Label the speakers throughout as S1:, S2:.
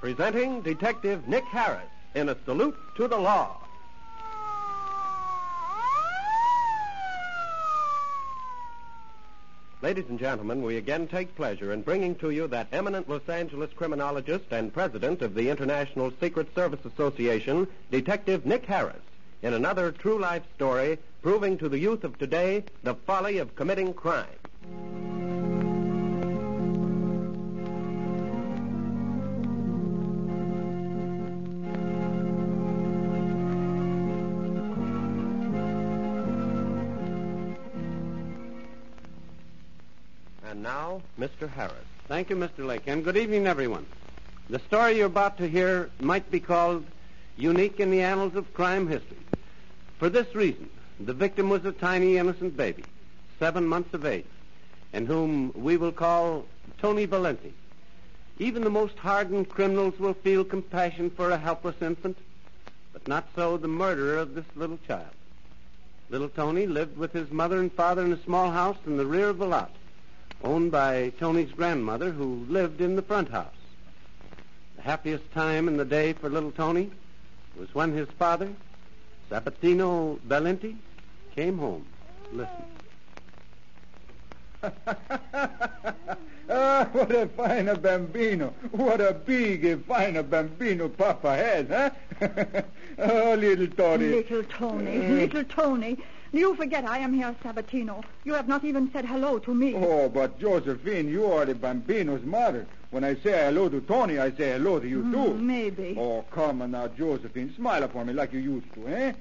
S1: presenting Detective Nick Harris in a salute to the law. Ladies and gentlemen, we again take pleasure in bringing to you that eminent Los Angeles criminologist and president of the International Secret Service Association, Detective Nick Harris, in another true life story proving to the youth of today the folly of committing crime. And now, Mr. Harris.
S2: Thank you, Mr. Lake, and good evening, everyone. The story you're about to hear might be called unique in the annals of crime history. For this reason, the victim was a tiny, innocent baby, seven months of age, and whom we will call Tony Valenti. Even the most hardened criminals will feel compassion for a helpless infant, but not so the murderer of this little child. Little Tony lived with his mother and father in a small house in the rear of the lot, owned by Tony's grandmother, who lived in the front house. The happiest time in the day for little Tony was when his father, Sabatino Valenti, came home. Listen.
S3: ah, what a fine bambino. What a big, fine bambino Papa has, huh? oh, little Tony.
S4: Little Tony,
S3: Uh,
S4: little Tony. You forget I am here, Sabatino. You have not even said hello to me.
S3: Oh, but Josephine, you are the bambino's mother. When I say hello to Tony, I say hello to you,
S4: Hmm,
S3: too.
S4: maybe.
S3: Oh, come on now, Josephine. Smile for me like you used to, eh?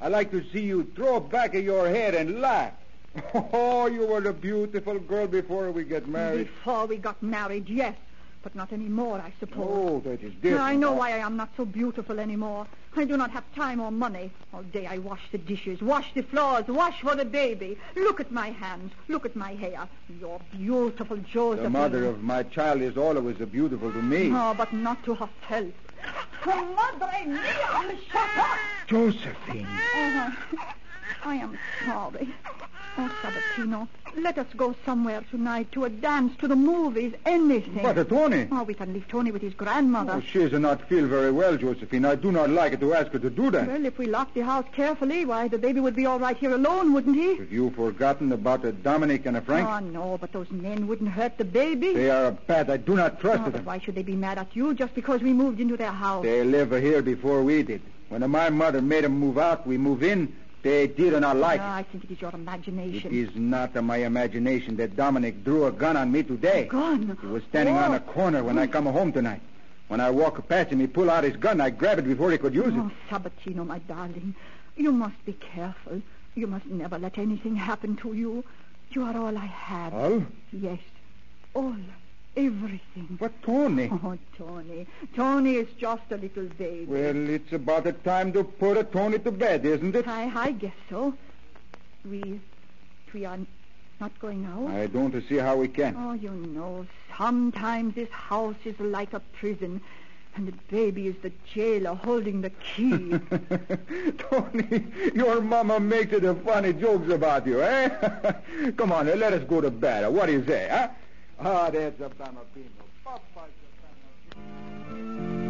S3: I like to see you throw back of your head and laugh. Oh, you were a beautiful girl before we get married.
S4: Before we got married, yes, but not anymore, I suppose.
S3: Oh, that is different.
S4: I know
S3: now.
S4: why I am not so beautiful anymore. I do not have time or money. All day I wash the dishes, wash the floors, wash for the baby. Look at my hands. Look at my hair. You're beautiful, Joseph.
S3: The mother of my child is always beautiful to me.
S4: No, but not to herself. Madre mia! Shut up!
S3: Josephine.
S4: Oh, I am sorry. Oh, Sabatino, let us go somewhere tonight to a dance, to the movies, anything.
S3: But uh, Tony.
S4: Oh, we can leave Tony with his grandmother.
S3: Oh, she does not feel very well, Josephine. I do not like to ask her to do that.
S4: well, if we lock the house carefully, why, the baby would be all right here alone, wouldn't he?
S3: Have you forgotten about uh, Dominic and uh, Frank?
S4: Oh, no, but those men wouldn't hurt the baby.
S3: They are bad. I do not trust
S4: Oh, but
S3: them.
S4: why should they be mad at you just because we moved into their house?
S3: They live here before we did. When my mother made them move out, we move in. They did not like
S4: No,
S3: it.
S4: Ah, I think it is your
S3: It
S4: imagination.
S3: is not uh, my imagination that Dominic drew a gun on me today.
S4: Gone. Oh,
S3: He was standing on a corner when I
S4: Mm.
S3: come home tonight. When I walk past him, he pull out his gun. I grab it before he could use
S4: Oh,
S3: it.
S4: Sabatino, my darling, you must be careful. You must never let anything happen to you. You are all I have.
S3: Oh?
S4: Yes, all, everything.
S3: But Tony.
S4: Oh, Tony, Tony is just a little baby.
S3: Well, it's about the time to put a Tony to bed, isn't it?
S4: I, I guess so. We, we are not going out.
S3: I don't see how we can.
S4: Oh, you know, sometimes this house is like a prison, and the baby is the jailer holding the key.
S3: Tony, your mama makes the funny jokes about you, eh? Come on, let us go to bed. What do you say, huh? Ah, there's a bambino. Papa's a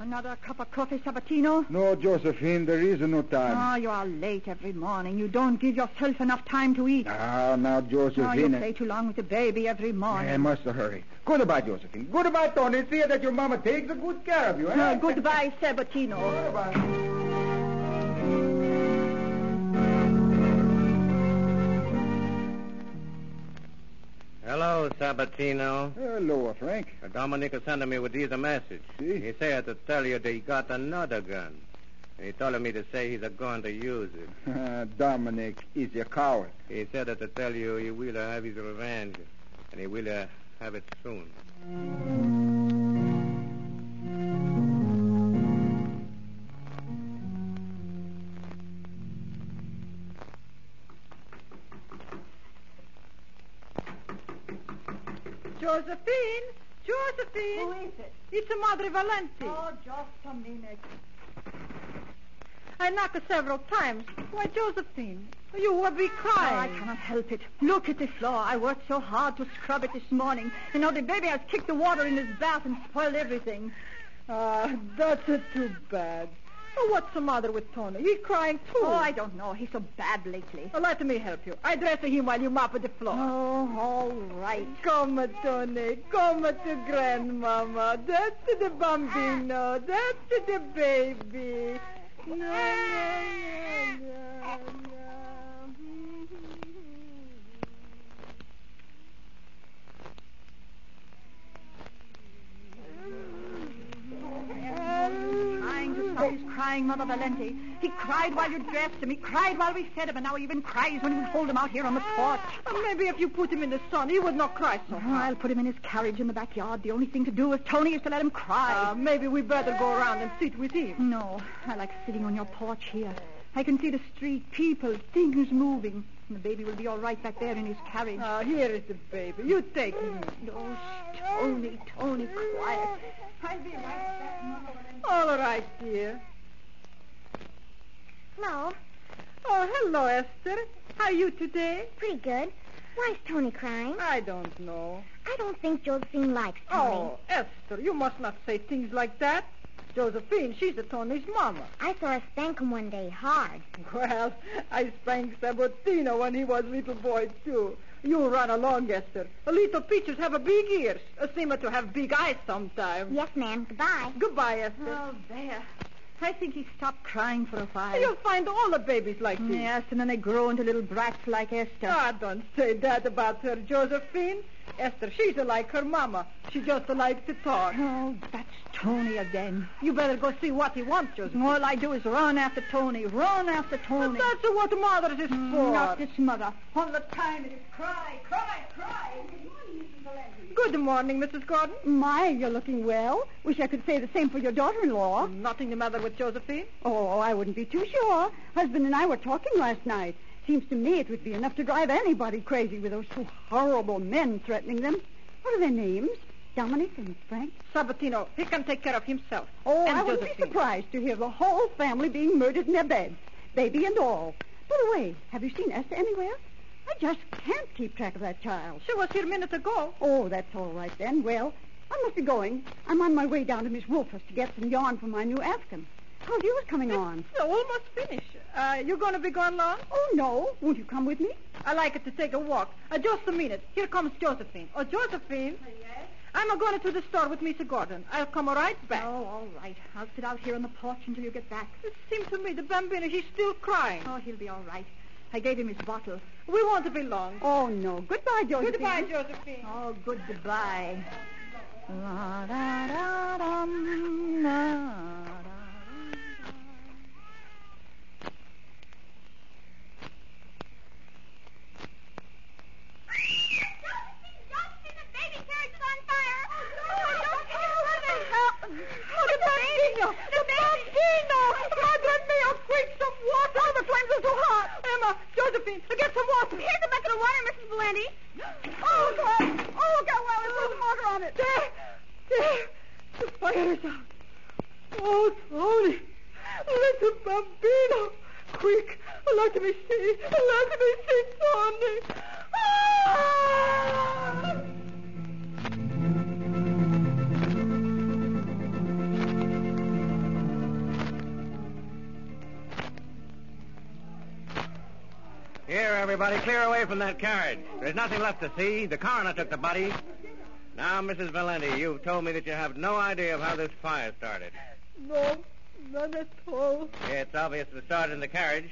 S4: Another cup of coffee, Sabatino?
S3: bambino. No, Josephine, there is no time.
S4: Oh, you are late every morning. You don't give yourself enough time to eat.
S3: Ah, now,
S4: oh, you
S3: Josephine.
S4: play too long with the baby every morning.
S3: I must hurry. Goodbye, Josephine. Goodbye, Tony. See that your mama takes a good care of you, eh?
S4: Uh, goodbye, Sabatino.
S3: Goodbye.
S2: Hello, Sabatino.
S3: Hello, Frank.
S2: Dominic is sending me with these a message.
S3: See?
S2: He said to tell you that he got another gun. He told me to say he's a going to use it.
S3: Ah, Dominic is a coward.
S2: He said that to tell you he will have his revenge, and he will uh, have it soon.
S5: Josephine! Josephine!
S4: Who is it?
S5: It's Madre Valenti.
S4: Oh, just a minute.
S5: I knocked several times. Why, Josephine,
S4: You will be
S5: Oh, I
S4: crying.
S5: cannot help it. Look at the floor. I worked so hard to scrub it this morning, and now the baby has kicked the water in his bath and spoiled everything.
S4: Ah, that's uh, too bad. Oh, what's the matter with Tony? He's crying too.
S5: Oh, I don't know. He's so bad lately.
S4: Oh, let me help you. I dress him while you mop the floor.
S5: Oh, all right.
S4: Come, Tony. Come to grandmama. That's the bambino. That's the baby. No, no, no, no, no.
S5: Trying to stop his crying, Mother Valente. He cried while you dressed him. He cried while we fed him, and now he even cries when we hold him out here on the porch.
S4: Oh, maybe if you put him in the sun, he would not cry so
S5: Oh, I'll put him in his carriage in the backyard. The only thing to do with Tony is to let him cry.
S4: Uh, maybe we better go around and sit with him.
S5: No, I like sitting on your porch here. I can see the street, people, things moving. And the baby will be all right back there in his carriage.
S4: Ah, here is the baby. You take him.
S5: oh, shh, Tony, Tony, quiet. I'll be right back, Mother Valente.
S4: All right, dear.
S6: Hello.
S4: Oh, hello, Esther. How are you today?
S6: Pretty good. Why is Tony crying?
S4: I don't know.
S6: I don't think Josephine likes Tony.
S4: Oh, Esther, you must not say things like that. Josephine, she's the Tony's mama.
S6: I saw her spank him one day hard.
S4: Well, I spanked Sabatino when he was little boy, too. You run along, Esther. Little peaches have a big ears. Uh, seem to have big eyes sometimes.
S6: Yes, ma'am. Goodbye.
S4: Goodbye, Esther.
S5: Oh, there. I think he stopped crying for a while. Mm,
S4: You'll find all the babies like this.
S5: Yes, and then they grow into little brats like Esther.
S4: Ah, don't say that about her, Josephine. Esther, she's like her mama. She just likes to talk.
S5: Oh, that's Tony again.
S4: You better go see what he wants, Josephine.
S5: All I do is run after Tony, run after Tony. Mm,
S4: That's what mothers is for.
S5: Not this mother. All the time it is cry, cry, cry.
S4: Good morning, Mrs. Gordon.
S5: My, you're looking well. Wish I could say the same for your daughter-in-law.
S4: Oh, Nothing the matter with Josephine?
S5: Oh, I wouldn't be too sure. Husband and I were talking last night. Seems to me it would be enough to drive anybody crazy with those two horrible men threatening them. What are their names? Dominic and Frank?
S4: Sabatino, he can take care of himself.
S5: Oh,
S4: and
S5: I wouldn't
S4: Josephine.
S5: be surprised to hear the whole family being murdered in their beds, baby and all. By the way, have you seen Esther anywhere? I just can't keep track of that child.
S4: She was here a minute ago.
S5: Oh, that's all right then. Well, I must be going. I'm on my way down to Miss Wolfer's to get some yarn for my new afghan. How's yours coming on?
S4: It's almost finished. Uh, you going to be gone long?
S5: Oh, no. Won't you come with me?
S4: I like it to take a walk. Uh, just a minute. Here comes Josephine. Oh, Josephine.
S5: Uh,
S4: Yes? I'm going to the store with Mr. Gordon. I'll come right back.
S5: Oh, all right. I'll sit out here on the porch until you get back.
S4: It seems to me the bambino, she's still crying.
S5: Oh, he'll be all right. I gave him his bottle.
S4: We won't be long.
S5: Oh, no. Goodbye, Josephine.
S4: Goodbye, Josephine.
S5: Oh, good goodbye. La, da, da, dum, da, da.
S4: Oh, Tony, let the bambino. Quick, let me see. Let me see, Tony. Ah!
S2: Here, everybody, clear away from that carriage. There's nothing left to see. The coroner took the body. Now, Mrs. Valenti, you've told me that you have no idea of how this fire started.
S4: No, none at all.
S2: It's obvious it started in the carriage.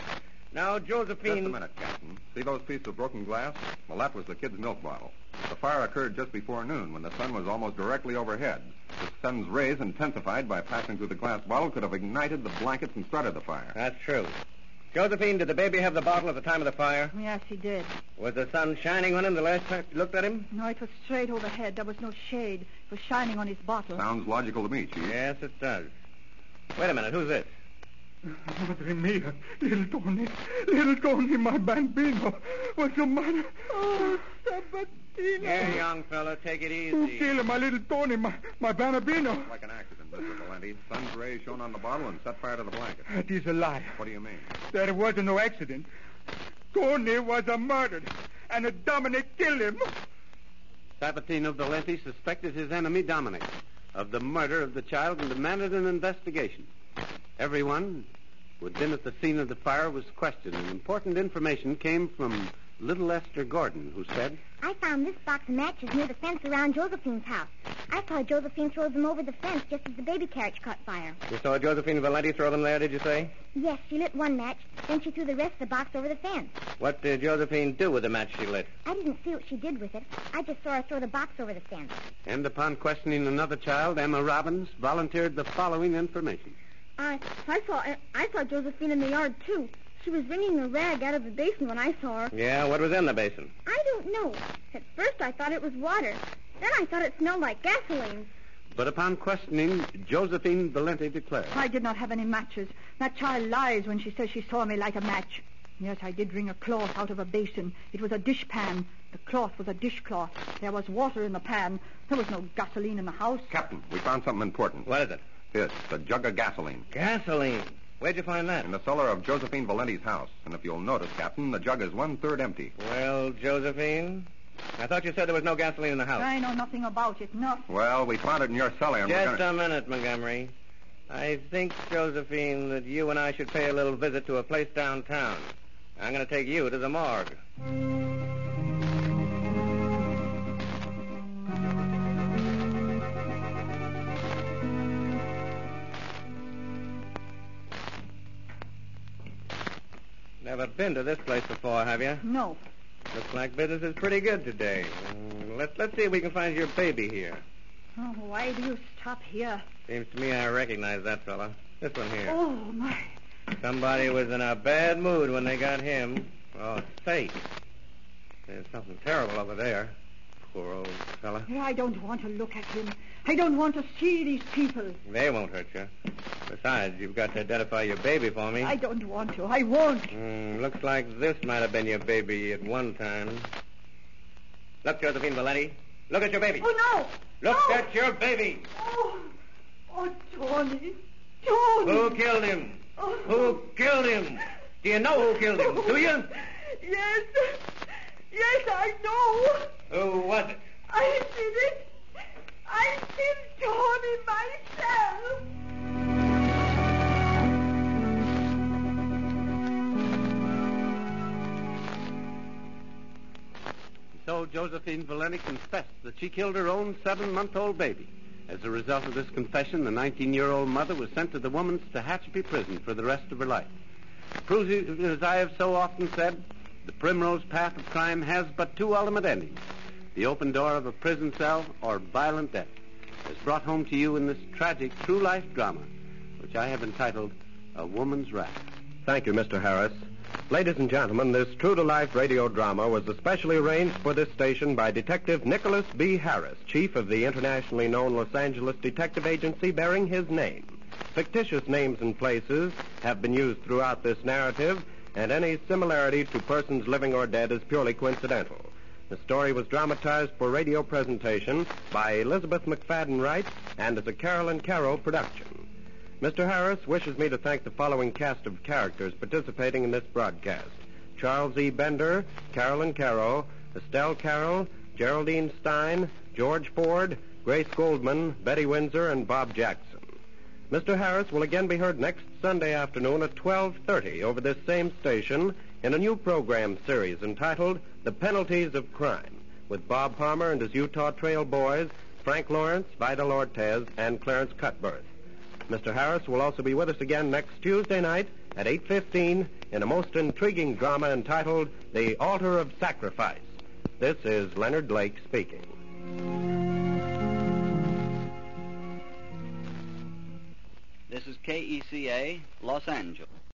S2: Now, Josephine.
S3: Just a minute, Captain. See those pieces of broken glass? Well, that was the kid's milk bottle. The fire occurred just before noon when the sun was almost directly overhead. The sun's rays, intensified by passing through the glass bottle, could have ignited the blankets and started the fire.
S2: That's true. Josephine, did the baby have the bottle at the time of the fire?
S5: Yes, he did.
S2: Was the sun shining on him the last time you looked at him?
S5: No, it was straight overhead. There was no shade. It was shining on his bottle.
S3: Sounds logical to me, Chief.
S2: Yes, it does. Wait a minute. Who's this?
S7: Madre mia, little Tony, little Tony, my bambino. What's the matter?
S4: Oh, Sabatino.
S2: Here, young fellow, take it
S7: Who
S2: easy.
S7: killed him? my little Tony, my, my bambino?
S3: Like an accident, Mr. Valenti. Sun's rays shone on the bottle and set fire to the blanket.
S7: That is a lie.
S3: What do you mean?
S7: There was no accident.
S8: Tony was a murdered, and Dominic killed him.
S9: Sabatino Valenti suspected his enemy, Dominic, of the murder of the child and demanded an investigation. Everyone who had been at the scene of the fire was questioned, and important information came from little Esther Gordon, who said,
S6: I found this box of matches near the fence around Josephine's house. I saw Josephine throw them over the fence just as the baby carriage caught fire.
S4: You saw Josephine Valenti throw them there, did you say?
S6: Yes, she lit one match, then she threw the rest of the box over the fence.
S4: What did Josephine do with the match she lit?
S6: I didn't see what she did with it. I just saw her throw the box over the fence.
S9: and upon questioning another child, Emma Robbins, volunteered the following information.
S6: I I saw I saw Josephine in the yard too. She was wringing a rag out of the basin when I saw her.
S4: Yeah, what was in the basin?
S6: I don't know. At first I thought it was water. Then I thought it smelled like gasoline.
S9: But upon questioning, Josephine Valenti declared,
S5: I did not have any matches. That child lies when she says she saw me light a match. Yes, I did wring a cloth out of a basin. It was a dishpan. The cloth was a dishcloth. There was water in the pan. There was no gasoline in the house.
S3: Captain, we found something important.
S4: What is it?
S3: It's a jug of gasoline
S4: Gasoline. Where'd you find that?
S3: in the cellar of Josephine Valenti's house. And if you'll notice, Captain, the jug is one-third empty.
S4: Well, Josephine, I thought you said there was no gasoline in the house.
S5: I know nothing about it. Not
S3: Well, we found it in your cellar, and we're
S4: Just
S3: gonna...
S4: a minute, Montgomery. I think, Josephine, that you and I should pay a little visit to a place downtown. I'm going to take you to the morgue. Never been to this place before, have you?
S5: no.
S4: Looks like business is pretty good today. Mm, Let, let's see if we can find your baby here.
S5: Oh, why do you stop here?
S4: Seems to me I recognize that fella. This one here.
S5: Oh my!
S4: Somebody was in a bad mood when they got him. Oh, safe. There's something terrible over there. Poor old fella.
S5: I don't want to look at him. I don't want to see these people.
S4: They won't hurt you. Besides, you've got to identify your baby for me.
S5: I don't want to. I won't.
S4: Hmm, looks like this might have been your baby at one time. Look, Josephine Valenti. Look at your baby.
S5: Oh no!
S4: Look
S5: no.
S4: at your baby.
S5: Oh, oh, Tony, Tony.
S4: Who killed him?
S5: Oh.
S4: Who killed him? Do you know who killed him? Do you?
S5: Yes, yes, I know.
S4: Who was it?
S5: I did it. I killed Tony myself.
S9: So Josephine Valenti confessed that she killed her own seven-month-old baby. As a result of this confession, the 19-year-old mother was sent to the woman's Tehachapi prison for the rest of her life. Proving, as I have so often said, the primrose path of crime has but two ultimate endings. The open door of a prison cell or violent death is brought home to you in this tragic true-life drama, which I have entitled A Woman's Wrath.
S2: Thank you, Mr. Harris. Ladies and gentlemen, this true to life radio drama was especially arranged for this station by Detective Nicholas B. Harris, chief of the internationally known Los Angeles detective agency bearing his name. Fictitious names and places have been used throughout this narrative, and any similarity to persons living or dead is purely coincidental. The story was dramatized for radio presentation by Elizabeth McFadden Wright and is a Carolyn Caro production. Mr. Harris wishes me to thank the following cast of characters participating in this broadcast Charles E. Bender, Carolyn Caro, Estelle Carroll, Geraldine Stein, George Ford, Grace Goldman, Betty Windsor, and Bob Jackson. Mr. Harris will again be heard next Sunday afternoon at 12:30 over this same station in a new program series entitled The Penalties of Crime with Bob Palmer and his Utah Trail Boys, Frank Lawrence, Vidal Ortiz, and Clarence Cutbirth. Mr. Harris will also be with us again next Tuesday night at 8:15 in a most intriguing drama entitled The Altar of Sacrifice. This is Leonard Blake speaking.
S10: This is KECA, E Los Angeles.